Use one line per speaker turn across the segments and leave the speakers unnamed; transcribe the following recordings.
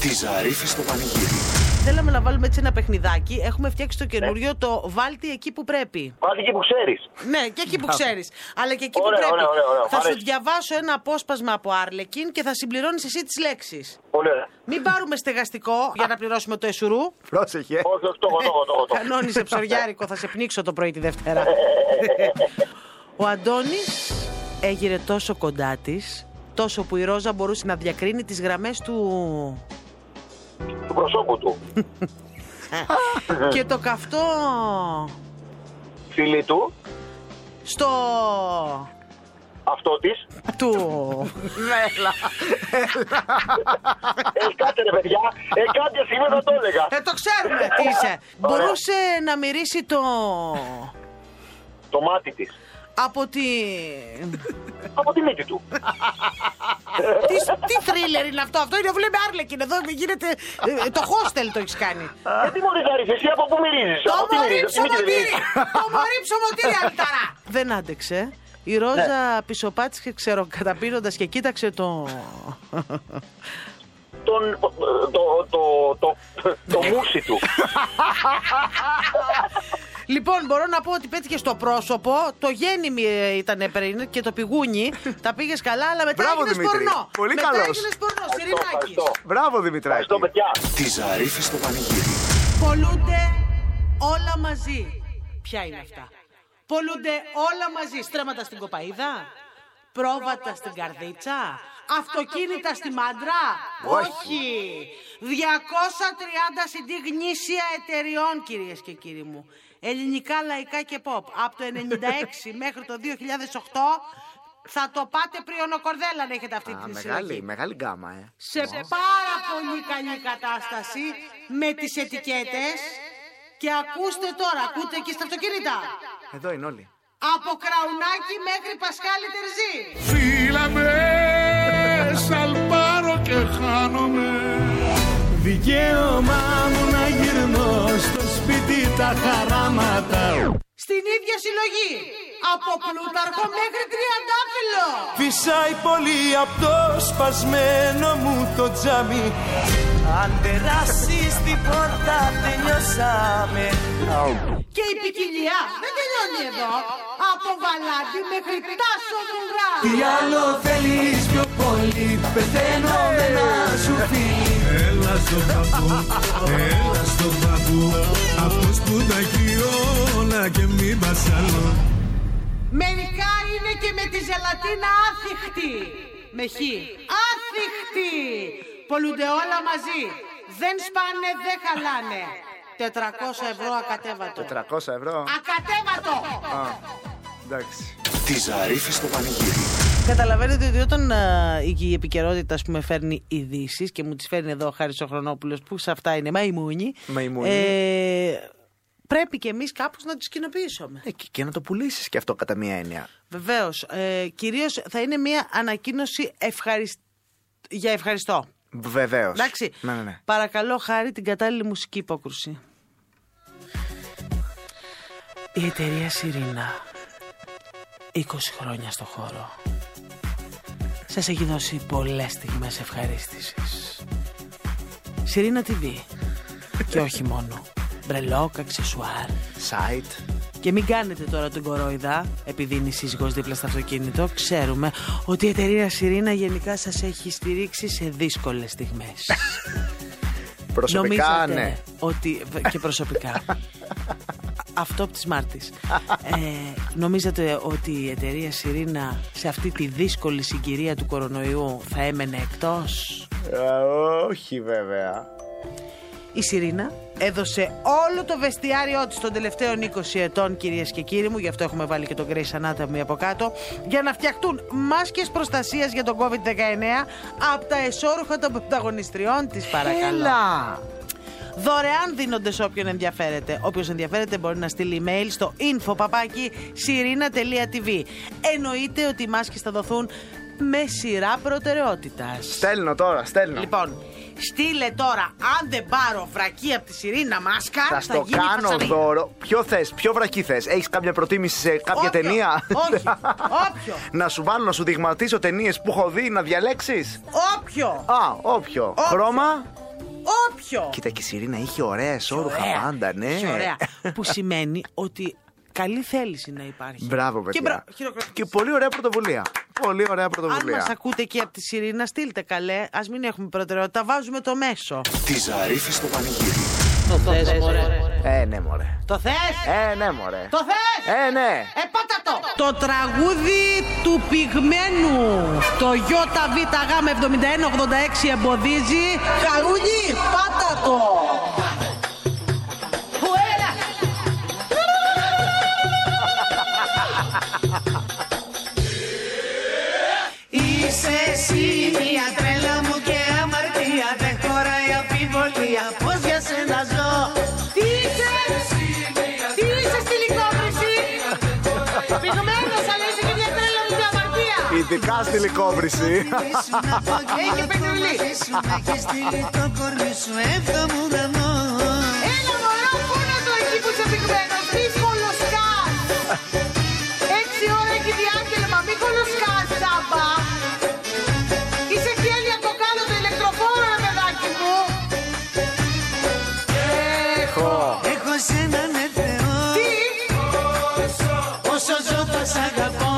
Τη Ζαρίφη στο πανηγύρι.
Θέλαμε να βάλουμε έτσι ένα παιχνιδάκι. Έχουμε φτιάξει το
Ναι.
καινούριο το βάλτι εκεί που πρέπει.
Πάτε εκεί που ξέρεις.
Ναι, και εκεί που ξέρεις. Αλλά και εκεί που
Ωραία,
πρέπει.
ωραία, ωραία, ωραία.
Θα
Μ'
σου
αρέσει.
διαβάσω ένα απόσπασμα από Άρλεκιν και θα συμπληρώνεις εσύ τις λέξεις.
Πολύ ωραία.
Μην πάρουμε στεγαστικό για να πληρώσουμε το εσουρού. Ε.
Πρόσεχε.
Όχι, όχι, το έχω, το έχω, το έχω, το έχω.
Κανόνισε ψωριάρικο, θα σε πνίξω το πρωί τη Δευτέρα. Ο Αντώνης έγειρε τόσο κοντά της, τόσο που η Ρόζα μπορούσε να διακρίνει τις γραμμές του.
Του προσώπου του.
και το καυτό
Φίλη του,
στο.
αυτό της.
του.
Ε, κάτσε ρε παιδιά. Ε, κάποια στιγμή θα το έλεγα.
Ε, το ξέρουμε τι είσαι.
Ωραία.
Μπορούσε να μυρίσει το.
Το μάτι της.
Από τη.
Από τη μύτη του.
τι, τι θρίλερ είναι αυτό, αυτό είναι ο με Άρλεκιν. Εδώ γίνεται. ε, το hostel το έχεις κάνει.
Ε, τι μπορεί να εσύ από πού μυρίζεις.
Το
Από τι
μωρή
μυρίζεις, από τη μύτη δεν
ψωμοτήρι!
μυρίζεις.
Το μωρή ψωμοτήρι, Αλταρά! Δεν άντεξε. Ναι. Η Ρόζα πισωπάτησε, ξέρω, καταπίνοντας και κοίταξε το.
Τον. Το. Το. Το. Το, το μουσι του.
Λοιπόν, μπορώ να πω ότι πέτυχε στο πρόσωπο. Το γέννημι ήταν πριν και το πηγούνι. Τα πήγες καλά, αλλά μετά
Μπράβο,
έγινες
Δημήτρη.
πορνό.
Πολύ
μετά
καλός.
έγινες πορνό,
Ευχαριστώ,
Σιρινάκης.
ευχαριστώ.
Μπράβο Δημητράκη.
Ευχαριστώ, παιδιά.
Τη Ζαρίφη στο πανηγύρι.
Πολλούνται όλα μαζί. Ποια είναι αυτά. Πολλούνται όλα μαζί. Στρέμματα στην κοπαίδα. Πρόβατα στην καρδίτσα. Αυτοκίνητα στη μάντρα.
Όχι.
Όχι. 230 CD γνήσια εταιριών, κυρίες και κύριοι μου. Ελληνικά, λαϊκά και pop. Από το 96 μέχρι το 2008 θα το πάτε πριονοκορδέλα αν έχετε αυτή
Α,
την
μεγάλη,
συλλογή
μεγάλη γκάμα, ε.
σε πάρα πολύ καλή κατάσταση με τις ετικέτες και ακούστε τώρα, ακούτε και στα αυτοκίνητα.
Εδώ είναι όλοι.
Από Κραουνάκι μέχρι Πασχάλη Τερζή.
Φίλα με, σαλπάρω και χάνομαι Δικαίωμά μου να γυρνώ στο σπίτι τα χαράματα
Στην ίδια συλλογή. Από Πλούταρχο μέχρι Τριαντάφυλλο.
Φυσάει πολύ από το σπασμένο μου το τζάμι Αν περάσεις την πόρτα τελειώσαμε
Και η ποικιλία δεν τελειώνει εδώ. Από Βαλάντι μέχρι Τάσο Δρουρά.
Τι άλλο θέλεις πιο πολύ Πεθαίνω με να σου φύγει Έλα στο παππού, έλα στο παππού Αυτός που τα χειρόνα και μην πασαλώ
Μερικά είναι και με τη ζελατίνα άθιχτη. Με χ. Άθιχτη. Πολλούνται όλα μαζί. Δεν σπάνε, δεν χαλάνε. 400 ευρώ ακατέβατο.
300 ευρώ.
Ακατέβατο!
Εντάξει.
Τη Ζαρίφη στο πανηγύρι.
Καταλαβαίνετε ότι όταν α, η- η επικαιρότητα ας πούμε, φέρνει ειδήσεις και μου τις φέρνει εδώ ο Χάρης ο Χρονόπουλος που σε αυτά είναι μαϊμούνι.
Μαϊμούνι.
ε, πρέπει και εμείς κάπως να τους κοινοποιήσουμε.
Ε, και, και να το πουλήσεις και αυτό κατά μία έννοια.
Βεβαίως. Ε, Κυρίως θα είναι μια ανακοίνωση ευχαρισ... για ευχαριστώ.
Βεβαίως.
Εντάξει.
Ναι, ναι, ναι.
Παρακαλώ, χάρη την κατάλληλη μουσική υπόκρουση. Η εταιρεία Σιρήνα. 20 χρόνια στο χώρο. Σας έχει δώσει πολλές στιγμές ευχαρίστησης. Σιρήνα TV. Και όχι μόνο. Μπρελόκ, αξεσουάρ.
Site.
Και μην κάνετε τώρα τον κορόιδα, επειδή είναι η σύζυγος δίπλα στο αυτοκίνητο. Ξέρουμε ότι η εταιρεία Σιρήνα γενικά σας έχει στηρίξει σε δύσκολες στιγμές.
Προσωπικά,
Νομίζατε
ναι.
ότι, και προσωπικά. Αυτό από τις Μάρτης. Ε, νομίζατε ότι η εταιρεία Σιρήνα σε αυτή τη δύσκολη συγκυρία του κορονοϊού θα έμενε εκτός.
Ε, όχι, βέβαια.
Η Σιρήνα έδωσε όλο το βεστιάριό της των τελευταίων 20 ετών, κυρίες και κύριοι μου, γι' αυτό έχουμε βάλει και τον Grace Anatomy από κάτω, για να φτιαχτούν μάσκες προστασίας για τον COVID-19 από τα εσώρουχα των πρωταγωνιστριών της, παρακαλώ.
Έλα.
Δωρεάν δίνονται σε όποιον ενδιαφέρεται. Όποιος ενδιαφέρεται μπορεί να στείλει email στο info.sirina.tv. Εννοείται ότι οι μάσκες θα δοθούν με σειρά προτεραιότητας.
Στέλνω τώρα, στέλνω.
Λοιπόν, στείλε τώρα, αν δεν πάρω βρακή από τη Σιρήνα Μάσκα,
θα στο
γίνει
κάνω
φασαρία.
δώρο. Ποιο θες, ποιο βρακί θες. Έχεις κάποια προτίμηση σε κάποια
Όποιο.
ταινία.
Όχι. Όποιο.
να σου βάλω να σου δειγματίσω ταινίες που έχω δει να διαλέξεις.
Όποιο!
Α, όποιο. Χρώμα.
τέτοιο.
Κοίτα και η Σιρήνα είχε ωραία εσόρουχα
Ωραία.
πάντα, ναι.
Είχε Ωραία. που σημαίνει ότι καλή θέληση να υπάρχει.
Μπράβο,
Και,
παιδιά.
μπρα... χειροκρότημα.
Και πολύ ωραία πρωτοβουλία. Πολύ ωραία
Αν
πρωτοβουλία.
μα ακούτε εκεί από τη Σιρήνα, στείλτε καλέ. Ας μην έχουμε προτεραιότητα. Βάζουμε το μέσο.
Τη Ζαρίφη στο πανηγύρι.
Το θες,
Ε, ναι, μωρέ.
Το θες
Ε, ναι, μωρέ.
Το θες
Ε, ναι.
Ε, πάτα το! Το τραγούδι του πυγμένου. Το ΙΒΓ7186 εμποδίζει. Χαρούνι, πάτα το! Φουέλα!
Είσαι εσύ μια τρέλα μου και αμαρτία Δεν χωράει αμφιβολία Πώς για σένα ζω Τι είσαι, τι είσαι στη λικόβρηση Πυγμένος αλλά είσαι και μια τρέλα μου και αμαρτία
Ειδικά στη λικόβρηση.
Έχει πετρελή Έχεις στείλει το κορμί σου έβδομου γραμμό Έλα μωρό πού να το εκεί που είσαι πυγμένος Μη κολοσκάς Έξι ώρα έχει διάγγελμα Μη κολοσκάς τσάμπα Είσαι χέλια το κάνω το ηλεκτροφόρο ρε παιδάκι μου Έχω σένα ναι Θεό Τι Όσο ζω θα
tá
σ' αγαπώ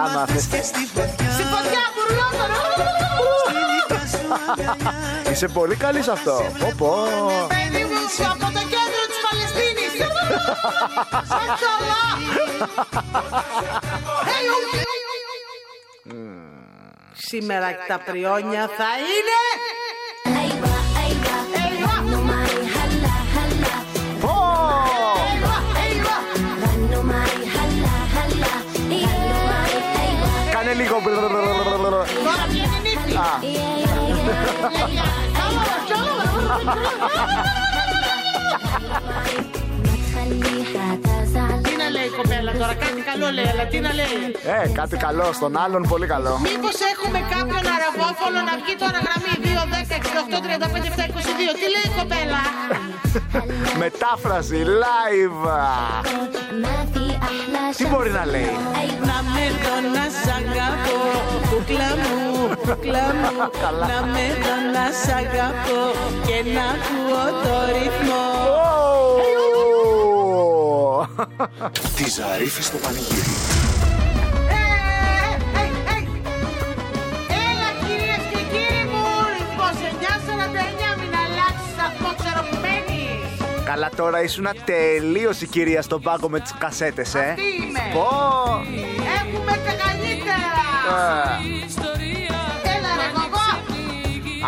Άμα θες.
και στη φωτιά
Στην φωτιά, μπουρλότορο.
Στη δικά σου αγκαλιά
Είσαι πολύ καλή σε αυτό. Πω, πω.
Παιδί μου, από το κέντρο της Παλαιστίνης. Σαν καλά. Hey, oh, oh, oh.
Σήμερα τα πριόνια θα είναι.
أيوة أيوة غنوا معي هلا هلا
Πω.
أيوة
oh.
أيوة غنوا معي هلا هلا غنوا معي أيوة
Κάνε λίγο.
Τώρα βγαίνει η νύχτα.
يا يا يا
Καλό, καλό.
ما تخليها تزعل
Τι να λέει η κοπέλα τώρα, κάτι καλό λέει, αλλά τι να λέει.
Ε, κάτι καλό στον άλλον, πολύ καλό.
Μήπως έχουμε κάποιον αραβόφωνο να βγει τώρα γραμμή 2, 10, 68, 35, 7, 22. Τι λέει η κοπέλα.
Μετάφραση live.
ما في أحلى
Τι μπορεί να λέει.
أيوة
Να με το να σ' αγαπώ Κούκλα μου, κούκλα μου
Καλά.
Να με το να σ' αγαπώ Και να ακούω το ρυθμό
Ω.
Τη Ζαρίφη στο πανηγύρι.
Ε, ε, ε, ε. Έλα κυρίες και κύριοι μου, 29-49 μην αλλάξεις αυτό ξέρω που μένεις.
Καλά τώρα ήσουν τελείως η κυρία στον πάγκο με τις κασέτες, ε.
Αυτή είμαι.
Πω.
Έχουμε τα καλύτερα.
Ε.
Έλα ρε κοκό.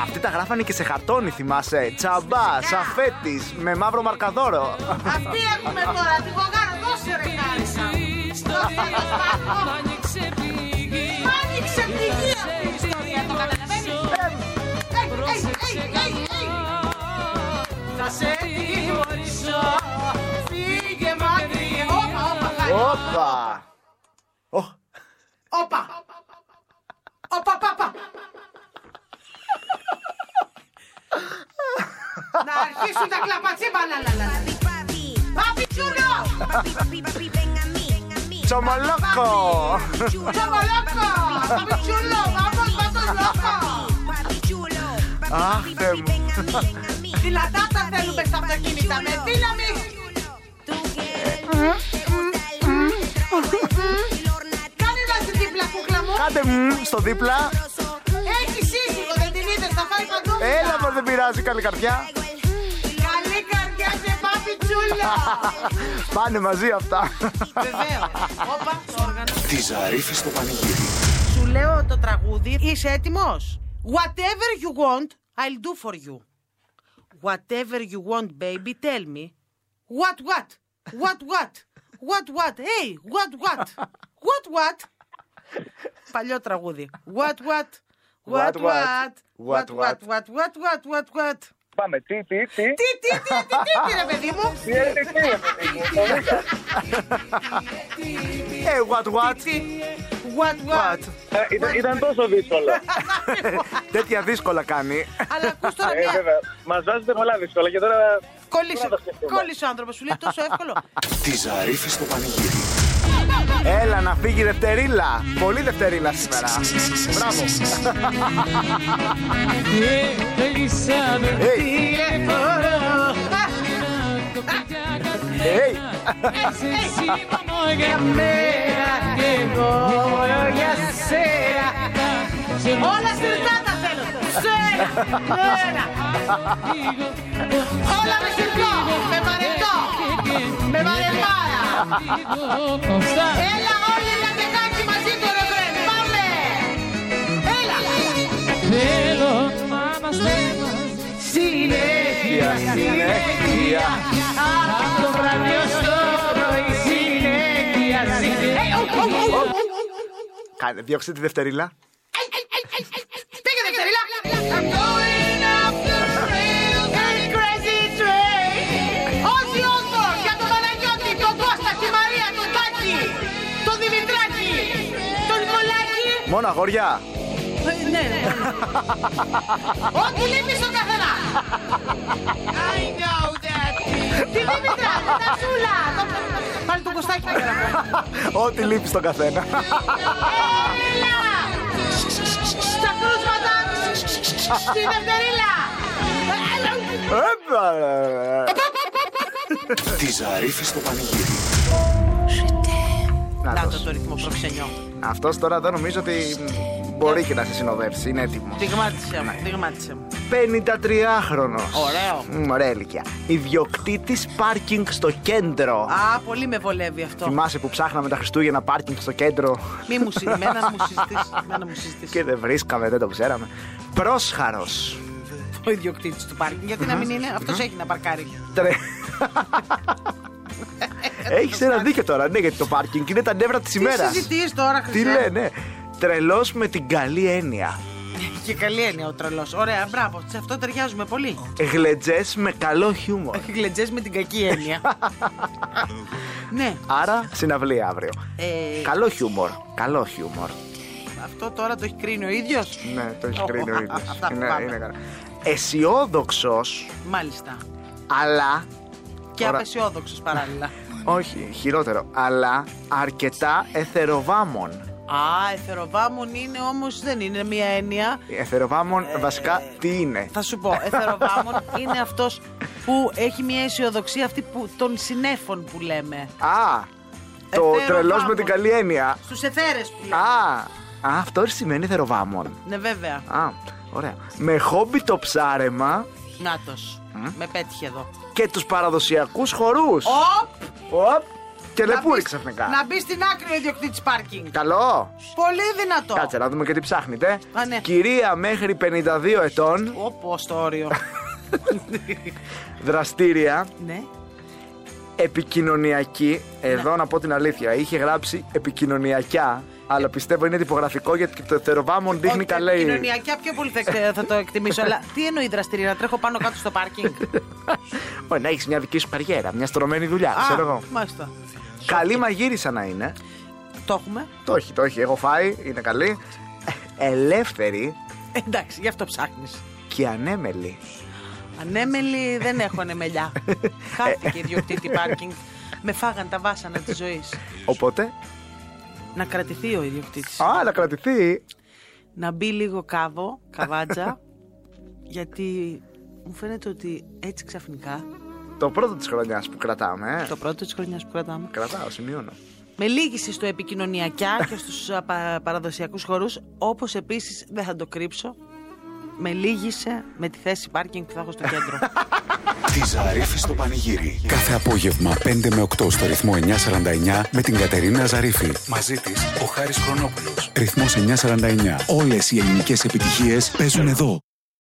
Αυτοί τα γράφανε και σε χαρτόνι, θυμάσαι. Τσαμπά, σαφέτης, με μαύρο μαρκαδόρο.
Αυτή έχουμε τώρα, την κοκάρα δώσε ρε χάρισα. Δώσε ρε σπάθο. Μ' άνοιξε πηγή αυτή η ιστορία, το καταλαβαίνεις. Ε, ε, ε, ε, ε.
Θα σε τιμωρήσω Φύγε μακριά
Όπα, όπα, χάρη.
Όπα. Ω,
Όπα. Όπα, πάπα. Να αρχίσουν τα κλαπατσίμπανα, λα, λα, λα. Πάπι τσούνο!
Τσομολόκο.
Τσοβολόκο! Πάπι τσούνο! Βάμπος, βάμπος, λόκο!
Αχ, Θεέ μου.
Δυνατά τα θέλουμε στα αυτοκίνητα με δύναμη! Κάνε να σε δίπλα κούκλα μου!
Κάντε μ, στο δίπλα.
Έχει σύζυγο, δεν την είδες, θα φάει παντούλα!
Έλα, μα δεν πειράζει, καλή καρδιά.
Καλή καρδιά και πάπι τσούλο!
Πάνε μαζί αυτά.
Βεβαίως. Όπα, το όργανο.
Τη Ζαρίφη στο πανηγύρι.
Σου λέω το τραγούδι. Είσαι έτοιμος. Whatever you want, I'll do for you. Whatever you want, baby, tell me. What, what? What, what? What, what? Hey, what, what? What, what? Παλιό τραγούδι. What, what? What,
What,
what?
what?
What, what? What, what? What, what? What?
Πάμε, τι, τι, τι.
Τι, τι, τι, τι, τι, τι, ρε παιδί μου.
Τι έγινε, τι έγινε.
Ε, what, what.
Τι, What,
What.
what?
Ε, ήταν- Ήταν τόσο δύσκολο.
Τέτοια δύσκολα κάνει.
Αλλά ακούς τώρα
Ε,
μια...
βέβαια. Μας βάζετε πολλά δύσκολα και τώρα.
Κόλλησε,
Τώρα το σκεφτούμε.
κόλλησε ο άνθρωπος, σου λέει τόσο εύκολο.
Τη Ζαρίφη στο πανηγύρι.
Έλα να φύγει η δευτερίλα. Πολύ δευτερίλα σήμερα. Μπράβο.
Hey, hey,
Hey, hey.
Όλα συρτάτα θέλω. Σέρα, μέρα. Όλα με συρτό, με βαρετό, με βαρεμάρα. Έλα όλοι να τεκάκι μαζί το ρε βρε. Πάμε. Έλα. Θέλω να μας λέμε συνέχεια, συνέχεια. Από το βράδυ ως το πρωί συνέχεια, συνέχεια.
Κάνε, διώξτε τη δευτερίλα.
Take it, Dexterila. I'm going up the rail, very crazy train. Ozzy Osbourne για τον Παναγιώτη, τον Κώστα, τη Μαρία, τον Τάκη, τον Δημητράκη, τον Μολάκη.
Μόνο αγόρια.
Ό,τι λείπει στον καθένα. I know that. Τη Δημητρά, την Τασούλα. Πάλι τον Κωστάκη.
Ό,τι λείπει στον καθένα.
Έλα. Στα κρούσματα. Στη Δευτερίλα.
Έπα.
Τη Ζαρίφη στο πανηγύρι.
Να
Να
τος.
το το ρυθμό προξενιό.
Αυτός τώρα δεν νομίζω ότι μπορεί και να σε συνοδεύσει. Είναι έτοιμος.
Τιγμάτισε μου, τιγμάτισε μου.
53χρονος.
Ωραίο.
Μμ, Ωραία ηλικία. Ιδιοκτήτης πάρκινγκ στο κέντρο.
Α, πολύ με βολεύει αυτό.
Θυμάσαι που ψάχναμε τα Χριστούγεννα πάρκινγκ στο κέντρο
Μη μου συζητήσει. Μένα μου συζητήσεις. Μένα μου συζητήσεις.
και δεν βρίσκαμε, δεν το ξέραμε. Πρόσχαρος.
Ο ιδιοκτήτης του πάρκινγκ. Γιατί να μην είναι, αυτός έχει να παρκάρει.
Τρε... Έχεις ένα δίκιο τώρα, ναι, γιατί το πάρκινγκ είναι τα νεύρα της
Τι ε?
ημέρας.
συζητείς τώρα,
Τι
Χρυσέ.
λένε, Τρελός με την καλή έννοια.
Και καλή έννοια ο τρελός. Ωραία, μπράβο. Σε αυτό ταιριάζουμε πολύ.
Γλετζές με καλό
Ε.
χιούμορ.
Γλεντζέ με την κακή έννοια. ναι,
Άρα συναυλία αύριο.
Ε.
Καλό χιούμορ. Καλό χιούμορ.
αυτό τώρα το έχει κρίνει ο ίδιος.
Ναι, το έχει κρίνει ο ίδιος.
Αυτά που πάμε.
Είναι, καλά. Αισιόδοξος,
Μάλιστα.
αλλά.
Και
Ωραία.
απεσιόδοξος παράλληλα.
Όχι, χειρότερο. Αλλά αρκετά εθεροβάμων.
Α, εθεροβάμων είναι όμως δεν είναι μία έννοια.
Εθεροβάμων, βασικά, τι είναι.
Θα σου πω, εθεροβάμων είναι αυτός που έχει μία αισιοδοξία αυτή που, των συνέφων που λέμε.
Α, το
Εθεροβάμων.
τρελός με την καλή έννοια.
Στους εθέρες που λέμε.
Α, α, αυτό σημαίνει εθεροβάμων.
Ναι, βέβαια.
Α, ωραία. Με χόμπι το ψάρεμα
Νάτο. Με πέτυχε εδώ.
και τους παραδοσιακούς χορούς.
Οπ!
Οπ, και
Να
λεπούρι
μπεις-
ξαφνικά.
Να μπεις στην άκρη ο ιδιοκτήτης πάρκινγκ.
Καλό.
Πολύ δυνατό.
Κάτσε να δούμε και τι ψάχνετε.
Α, ναι.
Κυρία μέχρι 52 ετών,
Όπω το όριο.
δραστήρια,
ναι.
επικοινωνιακή. Εδώ να πω την αλήθεια, είχε γράψει επικοινωνιακά,
Ε.
αλλά πιστεύω είναι τυπογραφικό γιατί το θεροβάμον δείχνει
Όχι,
καλέ.
Κοινωνιακά πιο πολύ θα, εκτε- θα το εκτιμήσω. αλλά τι εννοεί δραστηρία, να τρέχω πάνω κάτω στο πάρκινγκ.
Όχι, να έχεις μια δική σου καριέρα, μια στρωμένη δουλειά, ξέρω εγώ.
μάλιστα.
Καλή μαγείρισα να είναι.
Το έχουμε.
Το έχει, το έχει. Έχω φάει, είναι καλή. Ε, Ελεύθερη
Ε, Εντάξει, γι' αυτό ψάχνεις.
και ανέμελη.
Ανέμελη δεν έχω ανεμελιά.
Ε,
Χάθηκε η ιδιοκτήτη πάρκινγκ. Με φάγαν τα βάσανα της ζωής.
Οπότε.
Να κρατηθεί ο ιδιοκτήτης.
Α, να κρατηθεί.
να μπει λίγο κάβο, καβάτζα, γιατί μου φαίνεται ότι έτσι ξαφνικά,
Το πρώτο της χρονιάς που κρατάμε. Ε.
το πρώτο της χρονιάς που κρατάμε,
Κρατάω, σημειώνω.
με λύγησε στο επικοινωνιακά και στους α, πα- παραδοσιακούς χορούς, όπως επίσης, δεν θα το κρύψω, με λύγησε με τη θέση πάρκινγκ που θα έχω στο κέντρο.
Τη Ζαρίφη στο πανηγύρι.
Κάθε απόγευμα 5 με 8 στο ρυθμό 949 με την Κατερίνα Ζαρίφη. Μαζί της ο Χάρης Χρονόπουλος. Ρυθμός 949. Όλες οι ελληνικές επιτυχίες παίζουν εδώ.